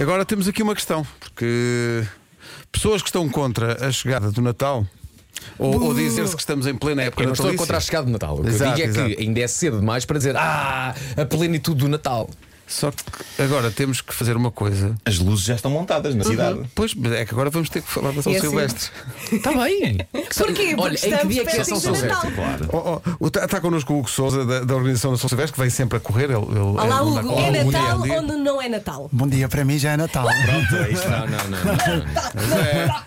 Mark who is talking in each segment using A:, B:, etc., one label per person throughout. A: Agora temos aqui uma questão, porque pessoas que estão contra a chegada do Natal ou, ou dizer-se que estamos em plena época
B: Eu não estou
A: natalícia.
B: contra a chegada do Natal. O que
A: Exato,
B: eu digo é
A: exato.
B: que ainda é cedo demais para dizer Ah, a plenitude do Natal.
A: Só que agora temos que fazer uma coisa.
C: As luzes já estão montadas
D: Uhum.
C: na cidade.
A: Pois, mas é que agora vamos ter que falar da São
D: É assim.
A: Silvestre.
B: Está Tá bem.
D: Porquê? Porque
B: Olha, em que
D: estamos
B: dia é que é
D: perto
B: São
D: do Então Natal.
B: Silvestre?
C: Claro.
A: Está connosco Oh, o Hugo Souza da, da organização da São Silvestre, que vem sempre a correr. Ele, um ele-
D: Olá,
A: ele-
D: Hugo.
A: ele-
D: É
A: ele-
D: Natal
A: ele-
D: onde não é Natal?
E: Bom dia, para mim já é Natal.
B: Não, não, não.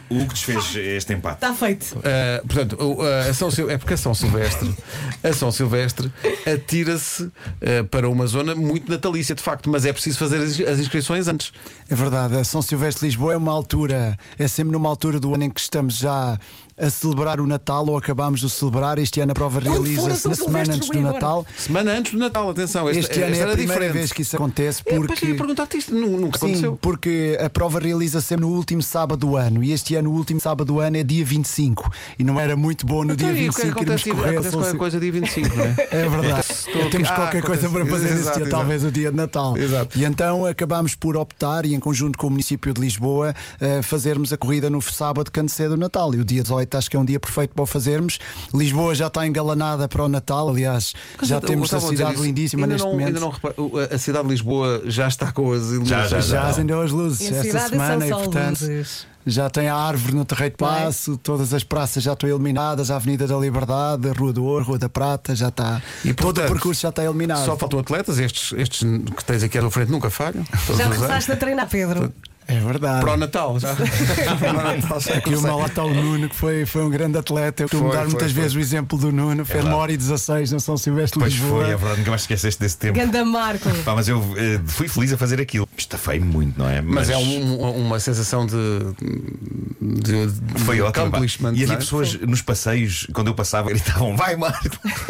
B: não.
C: O que desfez este empate?
D: Está feito.
A: Ah, portanto, o- a São Sil- é porque a São Silvestre, a São Silvestre atira-se ah, para uma zona muito natalícia, de facto, mas é preciso fazer as, as inscrições antes.
E: É verdade, a São Silvestre de Lisboa é uma altura, é sempre numa altura do ano em que estamos já a celebrar o Natal ou acabamos de o celebrar. Este ano a prova
D: for a
E: realiza-se
D: São
E: na semana
D: Silvestre,
E: antes do
D: vou embora.
E: Natal.
A: Semana antes do Natal, atenção, esta,
E: Este
A: esta
E: ano é a
A: era
E: primeira
A: diferente.
E: vez que isso acontece
A: É, pois, eu ia
E: porque.
A: perguntar-te isto, nu- nunca
E: Sim,
A: aconteceu.
E: porque a prova realiza sempre no último sábado do ano e este ano o último sábado do ano é dia 25 e não era muito bom no
A: Então,
E: dia
A: e o que
E: 25 irmos
A: acontece,
E: correr. a
A: acontece
E: São
A: qualquer
E: Sil-
A: coisa dia 25, não é?
E: É verdade.
A: Estou aqui-
E: Temos
A: Ah,
E: qualquer coisa para
A: acontece.
E: fazer nesse
A: Exato,
E: dia,
A: exato.
E: talvez o dia de Natal.
A: Exato.
E: E então acabámos por optar, e em conjunto com o município de Lisboa, eh, fazermos a corrida no sábado canto cedo do Natal. E o dia 18 acho que é um dia perfeito para o fazermos. Lisboa já está engalanada para o Natal, aliás, já temos a
A: Estavam dizer
E: cidade
A: isso.
E: lindíssima
A: então, ainda
E: neste
A: não,
E: momento.
A: Ainda não repara- o- a- a cidade de Lisboa já está com as iluminações.
C: já,
E: Já
C: Não.
E: acendeu as luzes
D: E a
E: esta
D: cidade são
E: semana e,
D: só
E: portanto,
D: luzes.
E: já tem a árvore no Terreiro de
D: Não é?
E: Passo, todas as praças já estão iluminadas, a Avenida da Liberdade, a Rua do Ouro, Rua da Prata, já está.
A: E,
E: todo
A: portanto,
E: o percurso já está iluminado.
A: Só faltam atletas, estes, estes que tens aqui à tua frente nunca falham. Todos
D: Já
A: os anos.
D: começaste a treinar, Pedro?
E: É verdade. É
A: Para o Natal, já. Para o Natal já
E: Aqui uma
A: comecei.
E: lata ao Nuno, que foi, foi um grande atleta. Eu costumo
A: Foi,
E: dar
A: foi,
E: muitas
A: foi. É
E: vezes o exemplo do Nuno. Fez uma hora e 16 não São Silvestre de
C: Pois
E: Lisboa.
C: foi, é verdade, nunca mais esqueceste desse tempo.
D: Ganda Marco.
C: Pá, mas eu eh, fui feliz a fazer aquilo. Estafei muito, não é?
A: Mas é um- uma sensação de. de, de
C: Foi ótimo. pá.
A: accomplishment,
C: E
A: não
C: havia
A: é?
C: pessoas nos passeios, quando eu passava, gritavam: Vai, Marco!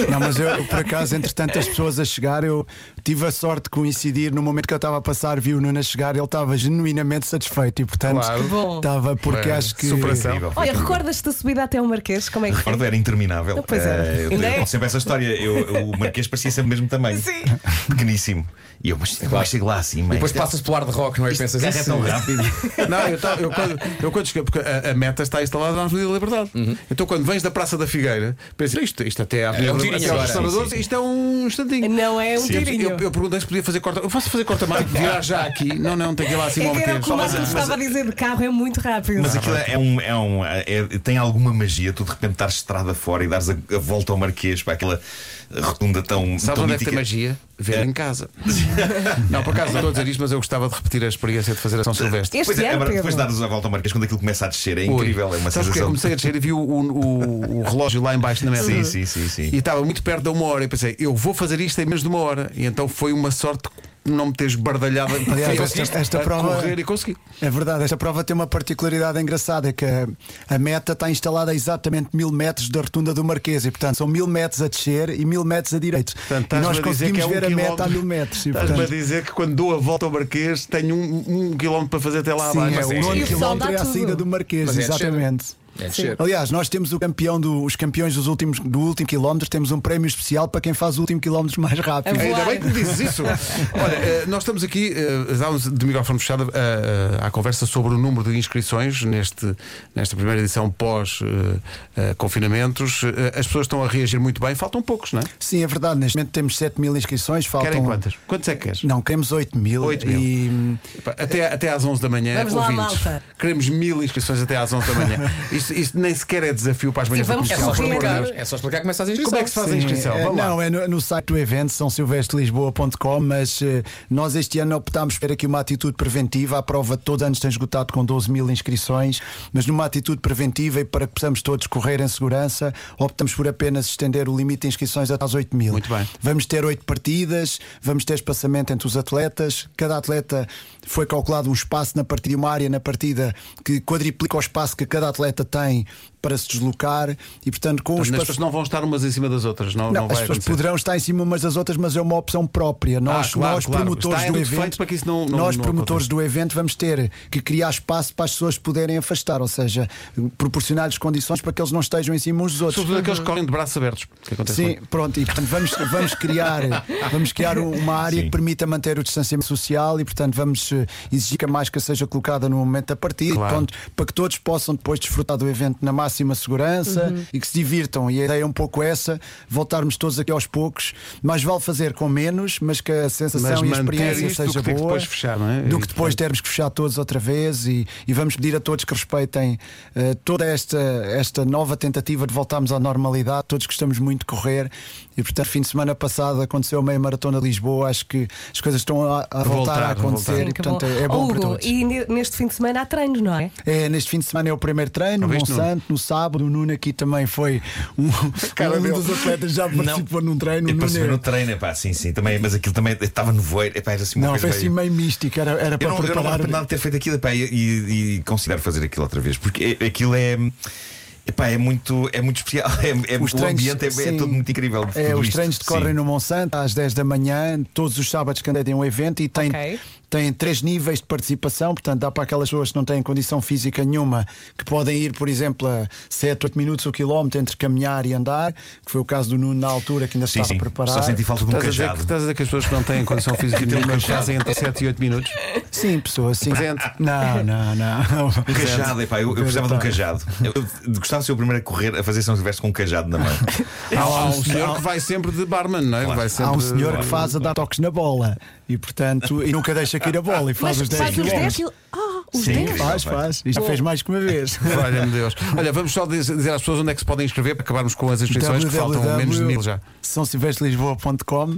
E: Não, mas eu, por acaso, entre tantas pessoas a chegar, eu tive a sorte de coincidir. No momento que eu estava a passar, vi o Nuno a chegar, ele estava genuinamente satisfeito. E, portanto,
A: Claro.
D: Bom.
E: estava, porque
A: É,
E: acho que.
A: superação.
C: Incrível, foi
D: Olha,
C: incrível.
D: recordas-te da subida até o Marquês? Como é que foi?
C: Recordo, era interminável.
D: Não, pois era.
C: Eh, eu
D: Ainda
C: eu
D: é.
C: conto sempre essa história. Eu, o Marquês parecia sempre o mesmo tamanho.
D: Sim.
C: Pequeníssimo. E eu, mas eu chego lá assim, mas.
B: Depois passas pelo ar de rock, não é? E pensas
C: Carro é tão
B: "Isso
C: rápido.
A: Não, eu, tava- eu quando, eu quando cheguei, porque a, a meta está instalada na Avenida da Liberdade. Então quando vens da Praça da Figueira, pensas, isto, isto até à Avenida
B: um
A: da
B: tirinho
A: até aos
B: agora."
A: restauradores,
C: Sim, sim.
A: isto é um instantinho.
D: Não é um
C: Sim.
D: tirinho.
A: Eu, eu perguntei se podia fazer corta. Eu posso fazer corta-mar? Virar já aqui? Não, não, tem que ir lá acima
D: É
A: ao
D: que era
A: Assim, Marquês.
D: o que o Marco estava a dizer de carro, é muito rápido.
C: Mas aquilo é um. É um é- tem alguma magia, tu de repente estás estrada fora e dares a, a volta ao Marquês para aquela rotunda tão.
A: Sabes
C: tão
A: onde é que tem
C: mítica.
A: magia? Ver em casa. não, por acaso não estou a dizer isto, mas eu gostava de repetir a experiência de fazer a São Silvestre.
D: Este
C: Pois é,
D: ano,
C: agora,
D: Pedro.
C: depois de dares a volta ao Marquês, quando aquilo começa a descer, é
A: Ui.
C: incrível, é uma
A: Sabes porque
C: sensação.
A: comecei a descer e vi o, o- o relógio lá embaixo na mesa.
C: Sim, sim, sim, sim.
A: E estava muito perto da uma hora. E pensei, eu vou fazer isto em menos de uma hora. E então foi uma sorte não me teres bardalhado
E: Aliás,
A: Eu
E: esta-
A: consegui
E: esta prova-
A: correr e consegui.
E: É verdade, esta prova tem uma particularidade engraçada: é que a, a meta está instalada a exatamente mil metros da rotunda do Marquês, e portanto são mil metros a descer e mil metros a direito.
A: Portanto,
E: e
A: estás-me
E: nós
A: a dizer que
E: conseguimos
A: é um
E: ver a meta
A: quilómetro-
E: a mil metros. E,
A: Estás-me a
E: portanto,
A: dizer que quando dou a volta ao Marquês tenho um, um quilómetro para fazer até lá
E: sim,
A: abaixo.
E: é,
C: sim,
E: o nono
C: sim.
E: quilómetro
D: Soltar
E: é a
D: tudo.
E: saída do Marquês,
B: Mas é a descer.
E: exatamente.
B: É descer.
E: Aliás, nós temos o campeão do- os campeões dos últimos, do último quilómetro, temos um prémio especial para quem faz o último quilómetro mais rápido.
D: É
A: Ainda
D: voar.
A: bem que me dizes isso. Olha, eh, nós estamos aqui, eh, estávamos de microfone fechado eh, eh, à conversa sobre o número de inscrições neste, nesta primeira edição eh, pós-confinamentos. Eh, as pessoas estão a reagir muito bem, faltam poucos, não é?
E: Sim, é verdade. Neste momento temos 7 mil inscrições. Faltam...
A: Querem quantas? Quantos é que queres?
E: Não, queremos 8 mil.
A: 8 mil.
E: E... hum,
A: Pá, Até, até às 11 da manhã,
D: Vamos lá,
A: ouvintes.
D: malta.
A: Queremos mil inscrições até às 11 da manhã. Isto, isto nem sequer é desafio para as manhãs da
D: vamos
B: É
A: comercial,
B: só
A: por amor de
B: explicar,
A: Deus.
B: é só explicar como é que se faz a inscrição.
A: Como é que se faz a
E: Sim,
A: inscrição?
E: é,
A: Vamos lá.
E: não, é no, no site do evento, são silvestrelisboa.com, mas eh, nós este ano optámos por ter aqui uma atitude preventiva. A prova todo ano tem esgotado com 12 mil inscrições, mas numa atitude preventiva e para que possamos todos correr em segurança, optamos por apenas estender o limite de inscrições até às 8 mil.
A: Muito bem.
E: Vamos ter 8 partidas, vamos ter espaçamento entre os atletas. Cada atleta foi calculado um espaço na partida, uma área na partida que quadriplica o espaço que cada atleta tem. para para se deslocar e, portanto,
A: As
E: com os
A: pessoas não vão estar umas em cima das outras, não, não,
E: Não, as
A: vai
E: pessoas
A: acontecer. Ah,
E: poderão estar em cima umas das outras, mas é uma opção própria. Nós,
A: claro,
E: nós
A: claro.
E: promotores
A: Está
E: do
A: tudo feito
E: evento,
A: para que isso não- não-
E: nós
A: não
E: promotores
A: aconteça.
E: do evento vamos ter que criar espaço para as pessoas poderem afastar, ou seja, proporcionar-lhes condições para que eles não estejam em cima uns dos outros.
A: Sobretudo aqueles que correm de braços abertos. que acontece
E: Sim,
A: muito.
E: pronto, e portanto vamos, vamos criar, vamos criar uma área
C: Sim.
E: que permita manter o distanciamento social e, portanto, vamos eh, exigir que a máscara seja colocada no momento da partida,
A: Claro.
E: pronto, para que todos possam depois desfrutar do evento na máxima segurança e que se divirtam. E a ideia é um pouco essa, voltarmos todos aqui aos poucos, mas vale fazer com menos, mas que a
A: Mas
E: sensação e a
A: manter
E: experiência
A: isto do
E: seja
A: que ter que
E: boa.
A: depois fechar, não é?
E: Do que
A: E-
E: depois termos que fechar todos outra vez e, e vamos pedir a todos que respeitem eh, toda esta, esta nova tentativa de voltarmos à normalidade. Todos gostamos muito de correr e, portanto, fim de semana passado aconteceu a meia maratona de Lisboa. Acho que as coisas estão a, a voltar,
A: voltar,
E: a
A: a
E: acontecer
A: voltar.
E: e,
D: Sim, que
E: portanto, é é bom
D: Hugo,
E: para todos.
D: E ne- neste fim de semana há treino, não é?
E: É, neste fim de semana é o primeiro treino,
A: Não
E: no
A: viste, Nuno?
E: Monsanto, no sábado. O Nuno aqui também foi um, um dos atletas já participou num treino. O
C: Eu
E: Nuno
C: percebi no
E: é-
C: treino, epá, sim, sim, também, mas aquilo também estava no voeiro, epá, era assim uma
E: Não,
C: coisa
E: foi assim
C: meio-
E: meio místico. Era, era
C: Eu não,
E: para
C: eu não me
E: preparar.
C: arrependo nada de ter feito aquilo epá, e, e- e considero fazer aquilo outra vez, porque é- aquilo é. Epá, é muito, é muito especial. É, é-
E: Os
C: o
E: treinos,
C: ambiente é, é
E: sim.
C: tudo muito incrível.
E: É,
C: tudo
E: os
C: isto,
E: treinos decorrem
C: sim.
E: no Monsanto às 10 da manhã, todos os sábados que andei tem um evento e tem,
D: Ok.
E: tem três níveis de participação, portanto dá para aquelas pessoas que não têm condição física nenhuma, que podem ir, por exemplo, a 7, 8 minutos o quilómetro entre caminhar e andar, que foi o caso do Nuno na altura que ainda
C: Sim,
E: estava
C: sim.
E: a preparar.
C: Só senti falta de um
A: Estás a, dizer que,
C: cajado.
A: estás a dizer que as pessoas que não têm um condição física nenhuma fazem entre 7 e 8 minutos?
E: Sim, pessoa, sim.
A: Presente.
E: Não, não, não.
C: Um cajado, epá, eu, eu precisava de um cajado. Eu, eu gostava de ser o primeiro a correr, a fazer São Silvestre com um cajado na mão.
A: Há, há um senhor que vai sempre de barman, não é?
C: Claro.
A: Vai
E: Há
A: sempre
E: um senhor que faz a dar toques na bola e, portanto, e nunca deixa cair a bola e faz
D: Mas
E: os 10
D: faz os 10
E: quilómetros.
D: quilómetros. Ah, os
E: É
C: Sim.
D: 10?
E: Faz, faz. E já fez mais que uma vez.
A: Olha, Deus. Olha, vamos só diz- dizer às pessoas onde é que se podem inscrever para acabarmos com as
E: Então,
A: inscrições que faltam menos de mil já.
E: www.sãosilvestrelisboa.com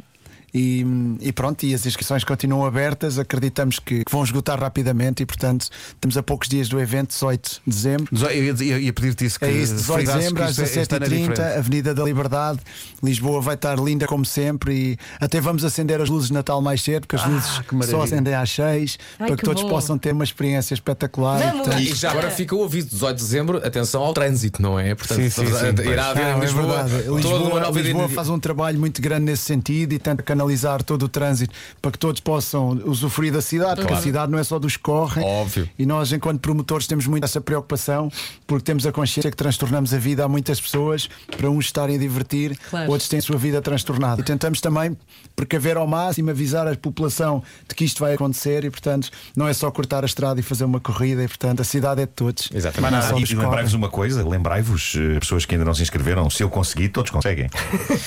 E: e, e pronto, e as inscrições continuam abertas. Acreditamos que, que vão esgotar rapidamente e, portanto, estamos a poucos dias do evento, 18 de dezembro.
A: Dezo- Eu ia, dizer- eu ia pedir-te isso que
E: É isso, 18 de
A: frisasses
E: dezembro
A: que
E: às
A: isto é- este ano é
E: 17h30,
A: diferente.
E: Avenida da Liberdade. Lisboa vai estar linda como sempre e até vamos acender as luzes de Natal mais cedo, porque as luzes
A: Ah, que maravilha.
E: só acendem às 6
D: Ai,
E: para que,
D: que
E: todos
D: bom.
E: possam ter uma experiência espetacular.
D: Vamos!
E: portanto,
B: E já agora fica o aviso: 18 de dezembro, atenção ao trânsito, não é? Portanto,
A: Sim, sim, sim, pois.
B: irá haver
E: Não,
B: em
E: é
B: Lisboa,
E: verdade.
B: toda uma
E: Lisboa-
B: nova
E: Lisboa
B: identidade.
E: faz um trabalho muito grande nesse sentido e tenta canalizar todo o trânsito para que todos possam usufruir da cidade, porque a cidade não é só dos que correm.
B: Óbvio.
E: E nós, enquanto promotores, temos muito essa preocupação porque temos a consciência que transtornamos a vida a muitas pessoas para uns estarem a divertir,
D: Claro.
E: outros têm a sua vida transtornada. E tentamos também precaver ao máximo, avisar a população de que isto vai acontecer e, portanto, não é só cortar a estrada e fazer uma corrida e, portanto, a cidade é de todos.
B: Exatamente.
E: Não é
C: Ah,
E: só
C: e
E: dos
C: e
E: que correm.
C: lembrai-vos uma coisa, lembrai-vos, eh, pessoas que ainda não se inscreveram, se eu conseguir, todos conseguem.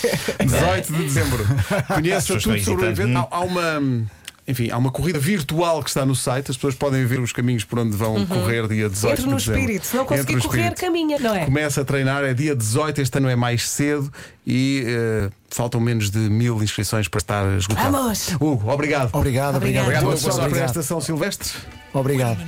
A: 18 de dezembro. Conheça
C: pessoas
A: tudo
C: estão
A: sobre o
C: hesitantes.
A: evento. Há, há uma. Enfim, há uma corrida virtual que está no site, as pessoas podem ver os caminhos por onde vão correr dia 18
D: Uhum. Entre
A: de
D: no
A: dezembro.
D: espírito. Se não
A: Entre
D: conseguir
A: no
D: correr,
A: espírito.
D: caminha, não é?
A: Começa a treinar, é dia 18, este ano é mais cedo e eh, faltam menos de mil inscrições para estar esgotado.
D: Vamos!
A: Hugo, obrigado.
E: Obrigado, obrigado.
D: Obrigado.
A: Boa
E: Muito
A: sorte para
E: obrigado.
A: esta São Silvestre.
E: Obrigado.